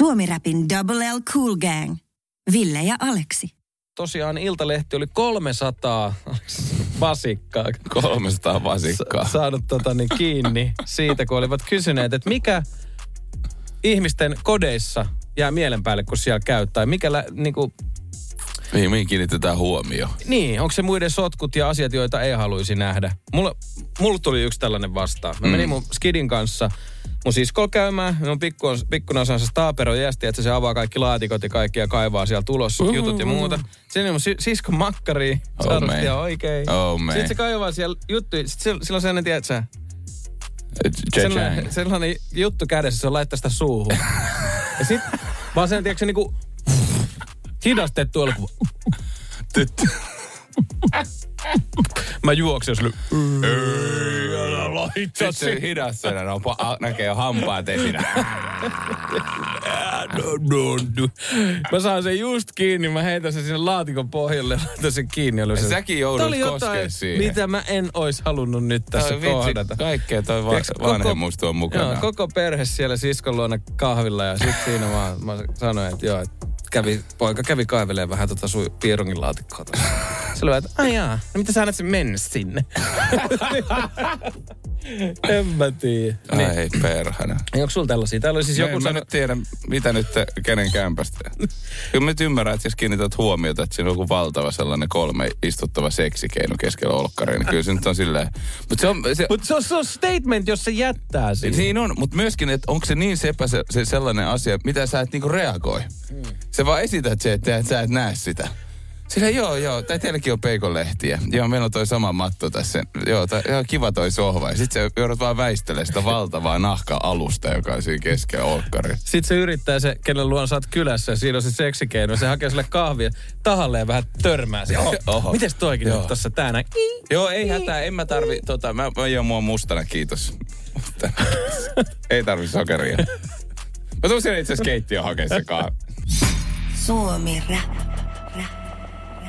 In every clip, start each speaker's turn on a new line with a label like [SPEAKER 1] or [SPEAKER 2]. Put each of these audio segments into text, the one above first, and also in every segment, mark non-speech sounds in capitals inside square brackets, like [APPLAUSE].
[SPEAKER 1] Suomi-räpin Double L Cool Gang. Ville ja Aleksi.
[SPEAKER 2] Tosiaan Iltalehti oli 300 vasikkaa
[SPEAKER 3] 300 vasikkaa.
[SPEAKER 2] sa- saanut tota, niin, kiinni siitä, kun olivat kysyneet, että mikä ihmisten kodeissa jää mielen päälle, kun siellä käy, tai mikä lä- niin, kuin,
[SPEAKER 3] Mihin, mihin kiinnitetään huomio?
[SPEAKER 2] niin, onko se muiden sotkut ja asiat, joita ei haluaisi nähdä. Mulla, mulla tuli yksi tällainen vastaan. Mä mm. menin mun skidin kanssa mun siskolla käymään, mun pikku on, pikkuna on se staapero jästi, että se avaa kaikki laatikot ja kaikki ja kaivaa siellä tulos mm-hmm. jutut ja muuta. Sinne mun si- siskon makkariin,
[SPEAKER 3] Oh man.
[SPEAKER 2] sarustia oikein.
[SPEAKER 3] Oh man.
[SPEAKER 2] Sitten se kaivaa siellä juttuja, sitten sillä on sellainen, tiedät sä, sellainen, [LAUGHS]
[SPEAKER 3] Sellainen...
[SPEAKER 2] sellainen juttu kädessä, se on laittaa sitä
[SPEAKER 3] [LAUGHS]
[SPEAKER 2] suuhun. ja sit vaan sen, tiedätkö, niinku hidastettu alku.
[SPEAKER 3] Tyttö.
[SPEAKER 2] Mä juoksen sille.
[SPEAKER 3] Ei, älä laita se hidas sen, no, pa- a- näkee jo hampaat esinä.
[SPEAKER 2] no, Mä saan sen just kiinni, mä heitän sen sinne laatikon pohjalle ja laitan sen kiinni. Oli se-
[SPEAKER 3] [LAUGHS] Säkin
[SPEAKER 2] Tää
[SPEAKER 3] joudut
[SPEAKER 2] oli
[SPEAKER 3] koskee
[SPEAKER 2] jotain,
[SPEAKER 3] siihen.
[SPEAKER 2] mitä mä en ois halunnut nyt tässä
[SPEAKER 3] Toi vitsi,
[SPEAKER 2] kohdata.
[SPEAKER 3] Kaikkea toi va-
[SPEAKER 2] Tiedätkö, koko-
[SPEAKER 3] vanhemmuus tuo mukana.
[SPEAKER 2] Joo, koko perhe siellä siskon luona kahvilla ja sit siinä mä, mä sanoin, että joo, että kävi, poika kävi kaivelee vähän tota sun piirungin laatikkoa
[SPEAKER 3] [LAUGHS]
[SPEAKER 2] tuossa. Se oli, vaan, että ai jaa, no mitä sä annat sen mennä sinne? [LAUGHS] en mä tiedä. Niin.
[SPEAKER 3] Ai perhana.
[SPEAKER 2] Ei, onko Niin, sulla tällaisia? Täällä oli siis
[SPEAKER 3] Joku
[SPEAKER 2] joku
[SPEAKER 3] en mä
[SPEAKER 2] sano...
[SPEAKER 3] nyt tiedä, mitä nyt te-
[SPEAKER 2] [LAUGHS]
[SPEAKER 3] kenen kämpästä. Kyllä mä nyt ymmärrän, että jos kiinnität huomiota, että siinä on joku valtava sellainen kolme istuttava seksikeino keskellä olkkaria, niin kyllä se nyt on silleen. Mutta se on, se,
[SPEAKER 2] Mutta se, on- se on statement, jos se jättää sen.
[SPEAKER 3] Niin on, mutta myöskin, että onko se niin sepä se, se sellainen asia, mitä sä et niinku reagoi. Hmm. Sä vaan esität se, että et, sä et näe sitä. Sillä joo, joo, tai teilläkin on peikonlehtiä. Joo, meillä on toi sama matto tässä. Joo, tai, joo kiva toi sohva. Ja sit sä joudut vaan väistelemään sitä valtavaa nahka-alusta, joka on siinä keskellä olkkari.
[SPEAKER 2] Sitten se yrittää se, kenen luon sä oot kylässä, ja siinä on se seksikeino, se hakee sille kahvia, tahalleen vähän törmää siihen. [LAUGHS] Oho,
[SPEAKER 3] Oho.
[SPEAKER 2] Mites toikin
[SPEAKER 3] Joo.
[SPEAKER 2] nyt tossa tää näin?
[SPEAKER 3] Joo, ei hätää, en mä tarvi, tota, mä, mä joo, mua on mustana, kiitos. [LAUGHS] Mutta ei tarvi sokeria. Mä tuun sinne itse asiassa keittiöön hakemaan se kahvi.
[SPEAKER 1] Suomi-räp.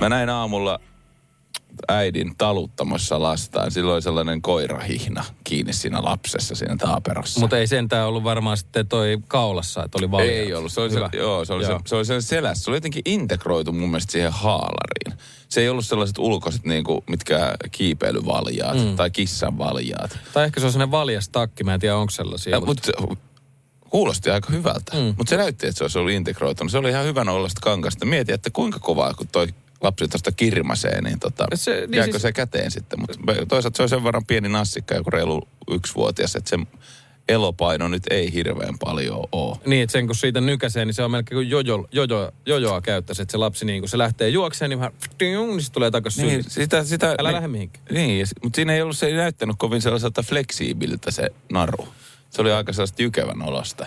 [SPEAKER 3] Mä näin aamulla äidin taluttamassa lastaan. Silloin oli sellainen koirahihna kiinni siinä lapsessa, siinä taaperossa.
[SPEAKER 2] Mutta ei sentään ollut varmaan sitten toi kaulassa, että oli valjaat.
[SPEAKER 3] ei ollut. Se oli, se,
[SPEAKER 2] Hyvä.
[SPEAKER 3] joo, se oli, se,
[SPEAKER 2] Joo.
[SPEAKER 3] se oli sen selässä. Se oli jotenkin integroitu mun mielestä siihen haalariin. Se ei ollut sellaiset ulkoiset, niin kuin, mitkä kiipeilyvaljaat mm. tai kissanvaljaat.
[SPEAKER 2] Tai ehkä se on sellainen valjas takki, mä en tiedä onko sellaisia.
[SPEAKER 3] Ja,
[SPEAKER 2] mutta-
[SPEAKER 3] mutta kuulosti aika hyvältä. Mm. Mutta se näytti, että se olisi ollut integroitunut. Se oli ihan hyvän ollasta kangasta. Mieti, että kuinka kovaa, kun toi lapsi tuosta kirmasee, niin, tota,
[SPEAKER 2] Se-
[SPEAKER 3] se,
[SPEAKER 2] niin
[SPEAKER 3] niin jääkö
[SPEAKER 2] siis-
[SPEAKER 3] siis... se käteen sitten. Mutta toisaalta se on sen verran pieni nassikka, joku reilu yksivuotias, että sen elopaino nyt ei hirveän paljon ole.
[SPEAKER 2] Niin, että sen kun siitä nykäsee, niin se on melkein kuin jojo, jojo, jojoa käyttäisi. Että se lapsi, niin kun se lähtee juokseen, niin vähän... Niin se tulee takaisin
[SPEAKER 3] Niin,
[SPEAKER 2] niin.
[SPEAKER 3] sitä, sitä,
[SPEAKER 2] Älä
[SPEAKER 3] niin,
[SPEAKER 2] lähde mihinkään.
[SPEAKER 3] Niin, mutta siinä ei ollut, se ei näyttänyt kovin sellaiselta fleksiibiltä se naru. Se oli aika sellaista jykevän olosta.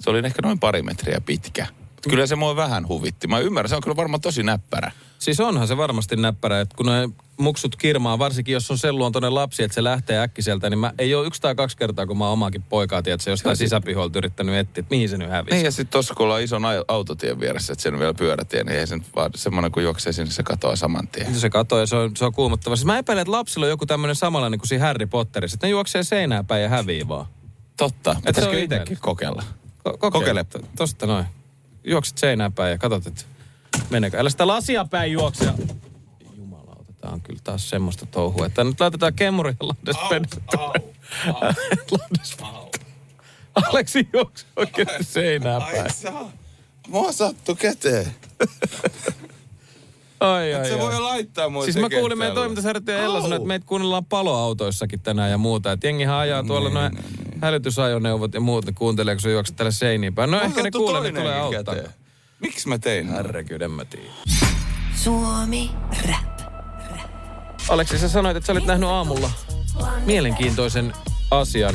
[SPEAKER 3] Se oli ehkä noin pari metriä pitkä. Mut kyllä se mua vähän huvitti. Mä ymmärrän, se on kyllä varmaan tosi näppärä.
[SPEAKER 2] Siis onhan se varmasti näppärä, että kun ne muksut kirmaa, varsinkin jos on sen luontoinen lapsi, että se lähtee äkkiseltä, niin mä ei ole yksi tai kaksi kertaa, kun mä oon omaakin poikaa, tiedätkö, jostain sisäpiholta yrittänyt etsiä, että mihin se nyt hävisi.
[SPEAKER 3] Niin ja sitten tossa kun ollaan ison ai- autotien vieressä, että sen vielä pyörätie, niin ei se nyt vaan semmoinen, kun juoksee sinne, se katoaa saman tien.
[SPEAKER 2] Niin Se katoo ja se on, se on kuumottava. Siis mä epäilen, että lapsilla on joku tämmöinen samanlainen niin kuin siinä Harry Potterissa, että ne juoksee seinää päin ja hävii vaan.
[SPEAKER 3] Totta.
[SPEAKER 2] se on
[SPEAKER 3] Pitäisikö
[SPEAKER 2] ihmeellistä.
[SPEAKER 3] itsekin kokeilla?
[SPEAKER 2] Ko- kokeile.
[SPEAKER 3] Kokeile.
[SPEAKER 2] To- Tosta noin. Juokset seinään päin ja katsot, että menekö. Älä sitä lasia päin juokse. Jumalauta, tää on kyllä taas semmoista touhua, että nyt laitetaan kemuri ja landes [LAUGHS] Landes Aleksi juokse oikeasti seinään päin.
[SPEAKER 3] saa. Mua sattu käteen.
[SPEAKER 2] Ai, ai, ai.
[SPEAKER 3] laittaa mua
[SPEAKER 2] Siis mä kuulin meidän toimintasarjoittaja Ella sanoi, että meitä kuunnellaan paloautoissakin tänään ja muuta. Että jengihän ajaa tuolla noin hälytysajoneuvot ja muut, ne kuuntelee, kun sä juokset tälle seiniin päin. No ehkä ne kuulee, ne tulee auttaa.
[SPEAKER 3] Miksi mä tein?
[SPEAKER 2] Herrekyyden mä tiedän.
[SPEAKER 1] Suomi-räp.
[SPEAKER 2] Aleksi, sä sanoit, että sä olit nähnyt aamulla mielenkiintoisen asian.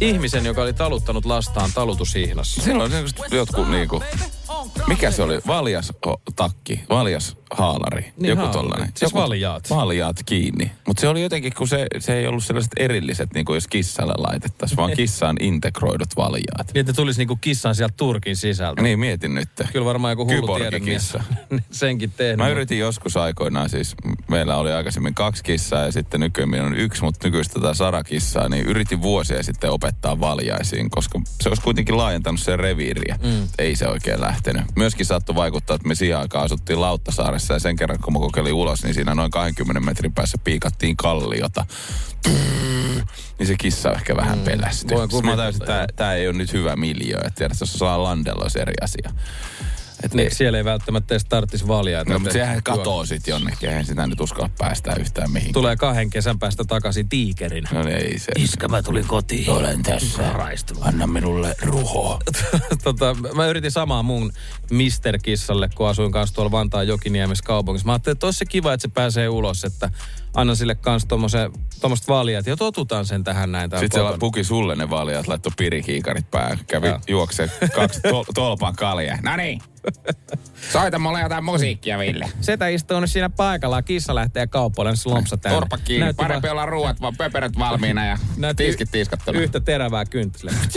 [SPEAKER 2] Ihmisen, joka oli taluttanut lastaan talutushihnassa.
[SPEAKER 3] Silloin sellaiset jotkut niinku, mikä se oli, valjas o, takki, valjas haalari,
[SPEAKER 2] Niin,
[SPEAKER 3] niin, joku
[SPEAKER 2] haalari.
[SPEAKER 3] tollanen.
[SPEAKER 2] Siis
[SPEAKER 3] joku,
[SPEAKER 2] valjaat.
[SPEAKER 3] Valjaat kiinni. Mutta se oli jotenkin, kun se, se ei ollut sellaiset erilliset, niin kuin jos kissalle laitettaisiin,
[SPEAKER 2] [LAUGHS]
[SPEAKER 3] vaan kissaan integroidut valjaat.
[SPEAKER 2] Niin, että tulisi niinku kissan sieltä Turkin sisältä.
[SPEAKER 3] Niin, mietin nyt.
[SPEAKER 2] Kyllä varmaan joku hullu [LAUGHS]
[SPEAKER 3] Kyborgikissa.
[SPEAKER 2] tiedemies senkin tehnyt.
[SPEAKER 3] Mä yritin joskus aikoinaan siis, m- meillä oli aikaisemmin kaksi kissaa ja sitten nykyään on yksi, mutta nykyistä tätä sarakissaa, niin yritin vuosia sitten opettaa valjaisiin, koska se olisi kuitenkin laajentanut sen reviiriä. Mm. Ei se oikein lähtenyt. Myöskin saattoi vaikuttaa, että me siihen aikaan asuttiin Lauttasaaressa ja sen kerran kun mä kokeilin ulos, niin siinä noin 20 metrin päässä piikattiin kalliota. Tyrr, niin se kissa ehkä vähän mm. pelästyi.
[SPEAKER 2] Voi
[SPEAKER 3] Sitten Mä tajusin,
[SPEAKER 2] kuvitella,
[SPEAKER 3] että tää- tää ei ole nyt hyvä miljöö. Että tiedät, jos saa landella olisi eri asia. Et
[SPEAKER 2] Niin, siellä ei välttämättä edes tarvitsisi valjaa.
[SPEAKER 3] No, mutta sehän katoo sit jonnekin. Eihän sitä nyt uskalla päästää yhtään mihinkään.
[SPEAKER 2] Tulee kahden kesän päästä takaisin tiikerinä.
[SPEAKER 3] No niin, ei se.
[SPEAKER 2] Iskä, mä tulin kotiin.
[SPEAKER 3] Olen tässä. Anna minulle ruho.
[SPEAKER 2] [LAUGHS] tota, mä yritin samaa mun Mister Kissalle, kun asuin kanssa tuolla Vantaan Jokiniemessä kaupungissa. Mä ajattelin, että olisi se kiva, että se pääsee ulos, että annan sille kanssa tuommoiset valjat ja totutaan sen tähän näin. täällä
[SPEAKER 3] Sitten siellä
[SPEAKER 2] kotona.
[SPEAKER 3] puki sulle ne valjat, laittoi pirikiikarit päähän, kävi
[SPEAKER 2] Joo.
[SPEAKER 3] juokse
[SPEAKER 2] [LAUGHS]
[SPEAKER 3] kaksi tol- tolpan kaljaa. No niin, soita mulle jotain musiikkia, Ville.
[SPEAKER 2] Setä istuu nyt siinä paikalla ja kissa lähtee kaupoille, niin se lompsa täynnä.
[SPEAKER 3] Torpa kiinni,
[SPEAKER 2] Näytti
[SPEAKER 3] parempi
[SPEAKER 2] vaan-
[SPEAKER 3] olla ruuat, vaan pöperöt valmiina ja
[SPEAKER 2] näytti
[SPEAKER 3] tiskit tiskattuna.
[SPEAKER 2] Yhtä terävää kynttilä.
[SPEAKER 3] [LAUGHS]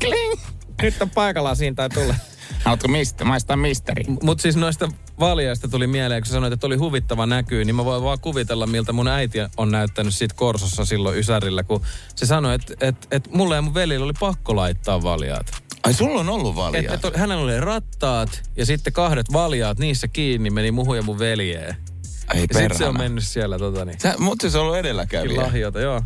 [SPEAKER 3] Kling.
[SPEAKER 2] Nyt on paikallaan siinä tai tulla.
[SPEAKER 3] Haluatko mistä? maistaa misteri?
[SPEAKER 2] Mutta siis noista valjaista tuli mieleen, kun sä sanoit, että oli huvittava näkyy, niin mä voin vaan kuvitella, miltä mun äiti on näyttänyt siitä Korsossa silloin Ysärillä, kun se sanoi, että et, et mulle ja mun velillä oli pakko laittaa valjaat.
[SPEAKER 3] Ai sulla on ollut
[SPEAKER 2] Et,
[SPEAKER 3] valjaa.
[SPEAKER 2] et, oli- hänellä oli rattaat ja sitten kahdet valjaat, niissä kiinni meni muhun ja mun veljeen. Ja
[SPEAKER 3] Ei
[SPEAKER 2] sitten se on
[SPEAKER 3] perhana.
[SPEAKER 2] mennyt siellä tota niin.
[SPEAKER 3] Sä, mut se on ollut edelläkävijä.
[SPEAKER 2] lahjoita, joo.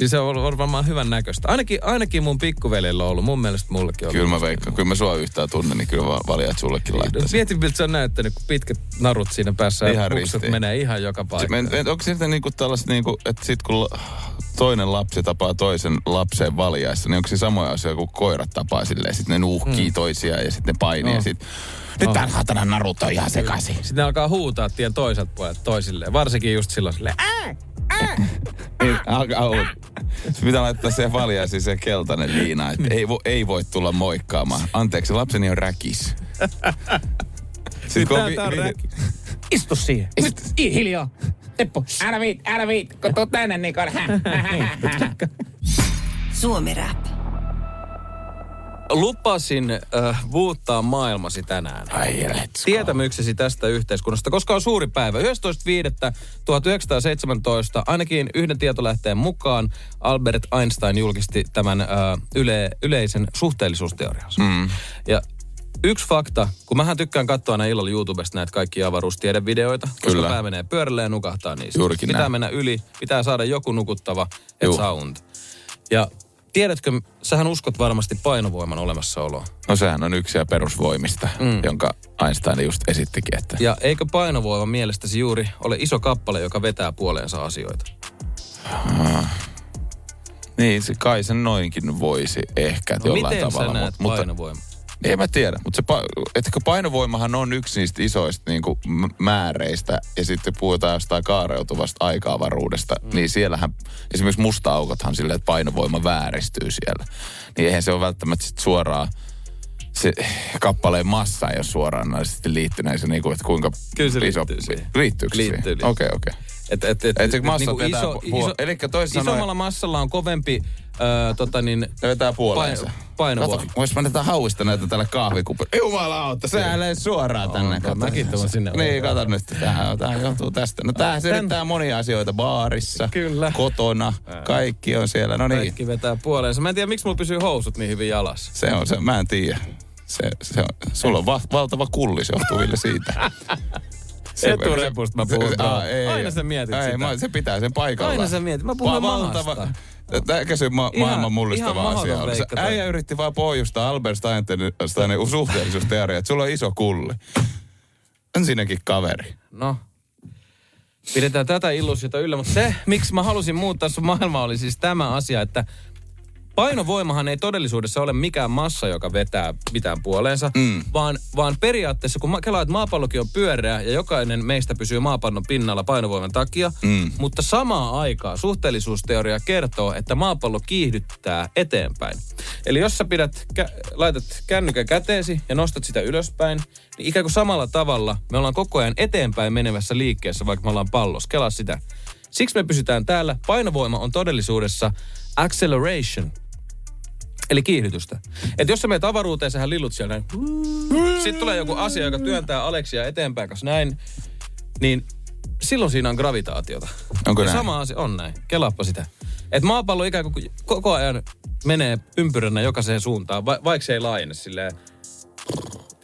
[SPEAKER 2] Ja se on ollut on varmaan hyvän näköistä. Ainakin, ainakin mun pikkuveljellä on ollut, mun mielestä mullekin on
[SPEAKER 3] Kyllä mä veikkaan, kyllä mä sua yhtään tunnen, niin kyllä va- valjat sullekin laittaisin.
[SPEAKER 2] Mietin, miltä se on näyttänyt, kun pitkät narut siinä päässä ja
[SPEAKER 3] Ihan
[SPEAKER 2] buksut
[SPEAKER 3] ristiin.
[SPEAKER 2] menee ihan joka paikkaan.
[SPEAKER 3] Men, onko siltä niinku tällaiset, niinku, että sit kun la- toinen lapsi tapaa toisen lapseen valjaissa, niin onko se samoja asioita kuin koirat tapaa silleen, sitten ne nuuhkii mm. toisiaan ja sitten ne painii no. ja sit, nyt no. tämän hatanan narut on ihan sekaisin.
[SPEAKER 2] Sitten ne alkaa huutaa tien toiselta puolelta toisilleen. Varsinkin just silloin silleen. "Ää!"
[SPEAKER 3] [LAUGHS] Niin, alkaa olla- Sit pitää laittaa se valjaisiin se keltainen liina, että ei, vo, ei voi tulla moikkaamaan. Anteeksi, lapseni on [LAUGHS] räkis. Sitten
[SPEAKER 2] Tää- tää on räki. Istu siihen.
[SPEAKER 4] Nyt i- hiljaa. Teppo. Älä viit, älä viit, kun tuu tänne, niin kun... [LAUGHS]
[SPEAKER 1] Suomi Rap.
[SPEAKER 2] Lupasin äh, vuuttaa maailmasi tänään.
[SPEAKER 3] Ai, let's go.
[SPEAKER 2] Tietämyksesi tästä yhteiskunnasta, koska on suuri päivä. 11.5.1917, ainakin yhden tietolähteen mukaan, Albert Einstein julkisti tämän äh, yle, yleisen suhteellisuusteoriansa. Mm. Ja yksi fakta, kun mähän tykkään katsoa aina illalla YouTubesta näitä kaikkia avaruustiedevideoita, koska
[SPEAKER 3] Kyllä.
[SPEAKER 2] pää menee pyörälle ja nukahtaa niistä.
[SPEAKER 3] Juurikin
[SPEAKER 2] pitää
[SPEAKER 3] näin.
[SPEAKER 2] mennä yli, pitää saada joku nukuttava, et
[SPEAKER 3] Juu.
[SPEAKER 2] saa unta. Ja tiedätkö, sähän uskot varmasti painovoiman olemassaoloa.
[SPEAKER 3] No sehän on yksi ja perusvoimista, mm. jonka Einstein just esittikin, että
[SPEAKER 2] Ja eikö painovoima mielestäsi juuri ole iso kappale, joka vetää puoleensa asioita? No,
[SPEAKER 3] Niin, se kai sen noinkin voisi ehkä no,
[SPEAKER 2] No,
[SPEAKER 3] jollain
[SPEAKER 2] miten
[SPEAKER 3] tavalla.
[SPEAKER 2] sä näet
[SPEAKER 3] mutta,
[SPEAKER 2] painovoima?
[SPEAKER 3] Mutta, en mä tiedä, mutta se, pa- etkö painovoimahan on yksi niistä isoista niin kuin määreistä ja sitten puhutaan jostain kaareutuvasta aikaavaruudesta, mm. niin siellähän esimerkiksi musta aukothan silleen, että painovoima vääristyy siellä. Niin eihän se ole välttämättä sit suoraan se kappaleen massa ei ole suoraan sitten liittyneen se, niin kuin, että kuinka
[SPEAKER 2] Kyllä se
[SPEAKER 3] iso...
[SPEAKER 2] liittyy siihen.
[SPEAKER 3] Liittyykö se
[SPEAKER 2] Liittyy,
[SPEAKER 3] siihen?
[SPEAKER 2] liittyy.
[SPEAKER 3] Okei, okei.
[SPEAKER 2] Et, et, et, niinku
[SPEAKER 3] Et se massa vetää pu- puol- elikkä toisin sanoen-
[SPEAKER 2] Isommalla massalla on kovempi ö, tota niin,
[SPEAKER 3] Ne vetää puoleensa.
[SPEAKER 2] Pain- painovoima.
[SPEAKER 3] Kato, vois mä tätä hauista näitä tällä kahvikupilla. Jumalauta, se lähes suoraan tänne.
[SPEAKER 2] onko?
[SPEAKER 3] Kato.
[SPEAKER 2] Mäkin tuon sinne
[SPEAKER 3] Niin, kato nyt. Tämähän tämä johtuu tästä. No tämähän selittää monia asioita baarissa.
[SPEAKER 2] Kyllä.
[SPEAKER 3] Kotona. Kaikki on siellä. No niin.
[SPEAKER 2] kaikki vetää puoleensa. Mä en tiedä, miksi mulla pysyy housut niin hyvin jalassa.
[SPEAKER 3] Se on se, mä en tiedä. Se, se on, sulla on va- valtava kulli, se johtuu Ville
[SPEAKER 2] [LAUGHS]
[SPEAKER 3] siitä.
[SPEAKER 2] Eturepusta mä puhun
[SPEAKER 3] se-
[SPEAKER 2] tuolla.
[SPEAKER 3] aa, ei,
[SPEAKER 2] Aina sä mietit
[SPEAKER 3] ei,
[SPEAKER 2] sitä.
[SPEAKER 3] Mä, se pitää sen paikalla.
[SPEAKER 2] Aina sä mietit. Mä puhun mahasta.
[SPEAKER 3] Tämä se ma-
[SPEAKER 2] Ihan-
[SPEAKER 3] maailman
[SPEAKER 2] ihan
[SPEAKER 3] mullistava
[SPEAKER 2] mahdoton
[SPEAKER 3] asia oli. Se
[SPEAKER 2] veikka toi.
[SPEAKER 3] äijä yritti vaan pohjustaa Albert Einsteinin suhteellisuusteoria, että sulla on iso kulli. On siinäkin kaveri.
[SPEAKER 2] No, pidetään tätä illuusiota yllä, mutta se, miksi mä halusin muuttaa sun maailmaa, oli siis tämä asia, että painovoimahan ei todellisuudessa ole mikään massa, joka vetää mitään puoleensa, mm. vaan, vaan periaatteessa, kun mä kelaan, että maapallokin on pyöreä ja jokainen meistä pysyy maapallon pinnalla painovoiman takia, mm. mutta samaan aikaan suhteellisuusteoria kertoo, että maapallo kiihdyttää eteenpäin. Eli jos sä pidät, kä- laitat kännykän käteesi ja nostat sitä ylöspäin, niin ikään kuin samalla tavalla me ollaan koko ajan eteenpäin menevässä liikkeessä, vaikka me ollaan pallossa. Kelaa sitä. Siksi me pysytään täällä. Painovoima on todellisuudessa acceleration, eli kiihdytystä. Et jos sä menet avaruuteen, sähän lillut siellä näin. Sitten tulee joku asia, joka työntää Aleksia eteenpäin, koska näin. Niin silloin siinä on gravitaatiota.
[SPEAKER 3] Onko
[SPEAKER 2] ja
[SPEAKER 3] näin?
[SPEAKER 2] sama asia on näin. Kelaappa sitä. Et maapallo ikään kuin koko ajan menee ympyränä jokaiseen suuntaan, va- vaikka se ei laajene silleen.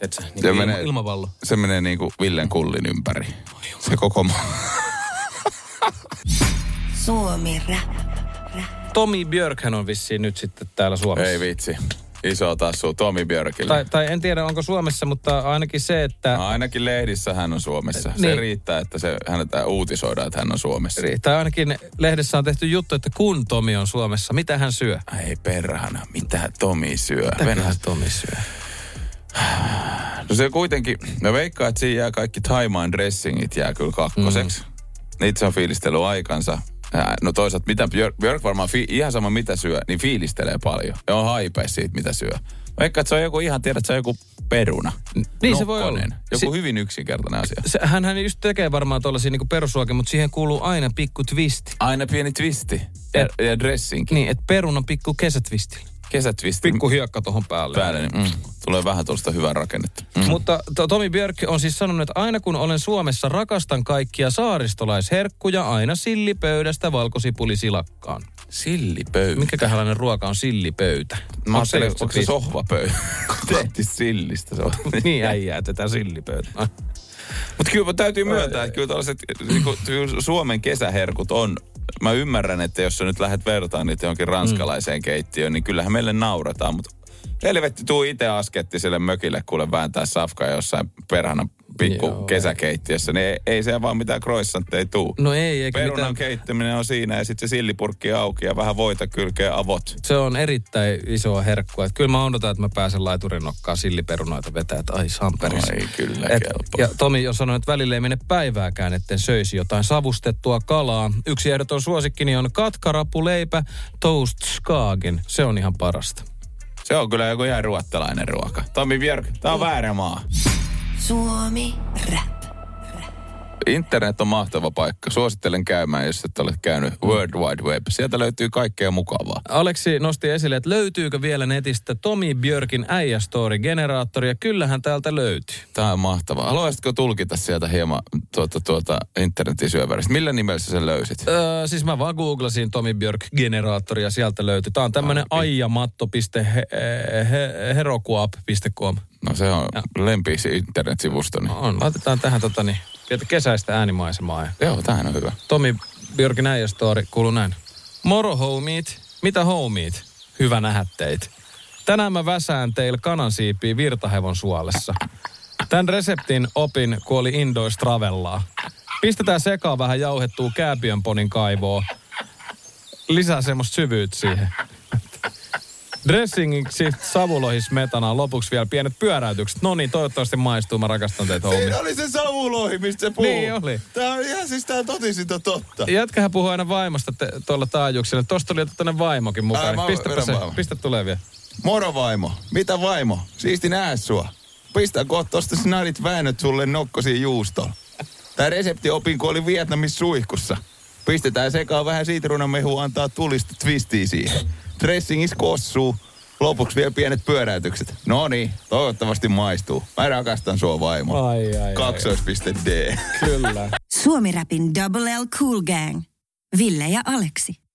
[SPEAKER 2] Et sä, niin
[SPEAKER 3] Se
[SPEAKER 2] ilma,
[SPEAKER 3] menee-
[SPEAKER 2] ilmavallo.
[SPEAKER 3] Se menee niinku Villen kullin ympäri. Se koko maa.
[SPEAKER 1] Suomi rap.
[SPEAKER 2] Tomi Björkhän on vissiin nyt sitten täällä Suomessa.
[SPEAKER 3] Ei vitsi. Iso tassu Tomi Björkille.
[SPEAKER 2] tai, tai en tiedä, onko Suomessa, mutta ainakin se, että...
[SPEAKER 3] No, ainakin lehdissä hän on Suomessa. Se
[SPEAKER 2] Niin.
[SPEAKER 3] riittää, että se, hänet uutisoidaan, että hän on Suomessa.
[SPEAKER 2] Tai ainakin lehdessä on tehty juttu, että kun Tomi on Suomessa, mitä hän syö?
[SPEAKER 3] Ei perhana, mitä Tomi syö?
[SPEAKER 2] Mitä
[SPEAKER 3] Venä...
[SPEAKER 2] Tomi syö?
[SPEAKER 3] No se kuitenkin, mä veikkaan, että siinä jää kaikki Taimaan dressingit jää kyllä
[SPEAKER 2] Mm.
[SPEAKER 3] kakkoseksi. Niitä se on fiilistellyt aikansa. Ää, No toisaalta, mitä Björk, Björk varmaan fi, ihan sama mitä syö, niin fiilistelee paljon. Ja on haipe siitä, mitä syö. Mä veikkaan, että se on joku ihan, tiedät, se on joku peruna.
[SPEAKER 2] niin se voi
[SPEAKER 3] Nokkonen.
[SPEAKER 2] olla.
[SPEAKER 3] Joku
[SPEAKER 2] Si-
[SPEAKER 3] hyvin yksinkertainen asia.
[SPEAKER 2] Se, hänhän just tekee varmaan tuollaisia niinku perusruokia, mutta siihen kuuluu aina pikku twisti.
[SPEAKER 3] Aina pieni twisti ja, ja dressinki.
[SPEAKER 2] Niin, että peruna pikku kesätwisti.
[SPEAKER 3] Kesätwisti
[SPEAKER 2] Niin. Pikku hiekka tuohon päälle.
[SPEAKER 3] päälle, niin mm, tulee vähän tuosta hyvää rakennetta. Mm.
[SPEAKER 2] Mutta to- Tomi Björk on siis sanonut, että aina kun olen Suomessa, rakastan kaikkia saaristolaisherkkuja aina sillipöydästä valkosipulisilakkaan.
[SPEAKER 3] Sillipöytä.
[SPEAKER 2] Mikäköhänlainen ruoka on sillipöytä?
[SPEAKER 3] Mä
[SPEAKER 2] Onko se
[SPEAKER 3] ajattelin,
[SPEAKER 2] just
[SPEAKER 3] onko se
[SPEAKER 2] twisti?
[SPEAKER 3] sohvapöytä? [LAUGHS] Tehty sillistä [LAUGHS] se on.
[SPEAKER 2] Niin äijää tätä
[SPEAKER 3] [LAUGHS]
[SPEAKER 2] sillipöytää.
[SPEAKER 3] Mutta kyllä täytyy myöntää, että kyllä tällaiset niinku, kyllä Suomen kesäherkut on, mä ymmärrän, että jos sä nyt lähdet vertaan niitä johonkin ranskalaiseen keittiöön, niin kyllähän meille naurataan, mutta helvetti, tuu itse askettiselle mökille, kuule vääntää safkaa jossain perhana pikku
[SPEAKER 2] Joo,
[SPEAKER 3] kesäkeittiössä, niin ei, ei se vaan mitään croissantteja tuu.
[SPEAKER 2] No ei, eikä
[SPEAKER 3] Perunan
[SPEAKER 2] mitään.
[SPEAKER 3] keittäminen on siinä ja sitten se sillipurkki auki ja vähän voita kylkeen avot.
[SPEAKER 2] Se on erittäin isoa herkkua. Et kyllä mä odotan, että mä pääsen laiturin nokkaan silliperunoita vetää, että ai samperis.
[SPEAKER 3] Ai, kyllä kelpaa.
[SPEAKER 2] ja Tomi on sanonut, että välillä ei mene päivääkään, etten söisi jotain savustettua kalaa. Yksi ehdoton suosikkini on katkarapuleipä toast skagen. Se on ihan parasta.
[SPEAKER 3] Se on kyllä joku ihan ruottalainen ruoka. Tommi Björk, tää
[SPEAKER 2] Mm.
[SPEAKER 3] on väärä maa.
[SPEAKER 1] Suomi rap.
[SPEAKER 3] Internet on mahtava paikka. Suosittelen käymään, jos et ole käynyt World Wide Web. Sieltä löytyy kaikkea mukavaa.
[SPEAKER 2] Aleksi nosti esille, että löytyykö vielä netistä Tomi Björkin äijästory-generaattori, ja kyllähän täältä löytyy.
[SPEAKER 3] Tää on mahtavaa. Haluaisitko tulkita sieltä hieman tuota, tuota internetin syöväristä? Millä nimellä sä sen löysit?
[SPEAKER 2] Öö, siis mä vaan googlasin Tomi Björk-generaattori ja sieltä löytyy. Tää on tämmönen aijamatto.herokuap.com.
[SPEAKER 3] No se on lempisi internetsivustoni.
[SPEAKER 2] On, laitetaan tähän tota niin, pientä kesäistä äänimaisemaa. Ja
[SPEAKER 3] Joo, tämähän on hyvä.
[SPEAKER 2] Tomi Björkin äijästoori kuuluu näin. Moro homiit, mitä homiit? Hyvä nähdä teitä. Tänään mä väsään teillä kanansiipiä virtahevon suolessa. Tän reseptin opin, kun oli indois travellaa. Pistetään sekaan vähän jauhettua kääpiönponin kaivoa. Lisää semmoista syvyyttä siihen. Dressingiksi savulohis metanaa lopuksi vielä pienet pyöräytykset. No niin, toivottavasti maistuu. Mä rakastan teitä homia.
[SPEAKER 3] oli se savulohi, mistä se
[SPEAKER 2] puhui. Niin oli.
[SPEAKER 3] Tää on ihan siis tää totisinta totta.
[SPEAKER 2] Jätkähän puhuu aina vaimosta te, tuolla taajuuksella. Tosta oli otettu tänne vaimokin mukaan.
[SPEAKER 3] Ai,
[SPEAKER 2] Niin
[SPEAKER 3] mä
[SPEAKER 2] Pistäpä
[SPEAKER 3] vedän
[SPEAKER 2] se,
[SPEAKER 3] vaimon.
[SPEAKER 2] pistä tulee vielä.
[SPEAKER 3] Moro vaimo. Mitä vaimo? Siisti nää sua. Pistä kohta tosta snarit väännöt sulle nokkosiin juustoon. Tää resepti opin, kun oli Vietnamissa suihkussa. Pistetään sekaan vähän sitruunamehua antaa tulista twistiä siihen. Dressingis kossuu. Lopuksi vielä pienet pyöräytykset. No niin, toivottavasti maistuu. Mä rakastan sua vaimo.
[SPEAKER 2] Ai, ai, ai.
[SPEAKER 3] Kaksoispiste D.
[SPEAKER 2] Kyllä.
[SPEAKER 1] Suomi rapin Double L Cool Gang. Ville ja Aleksi.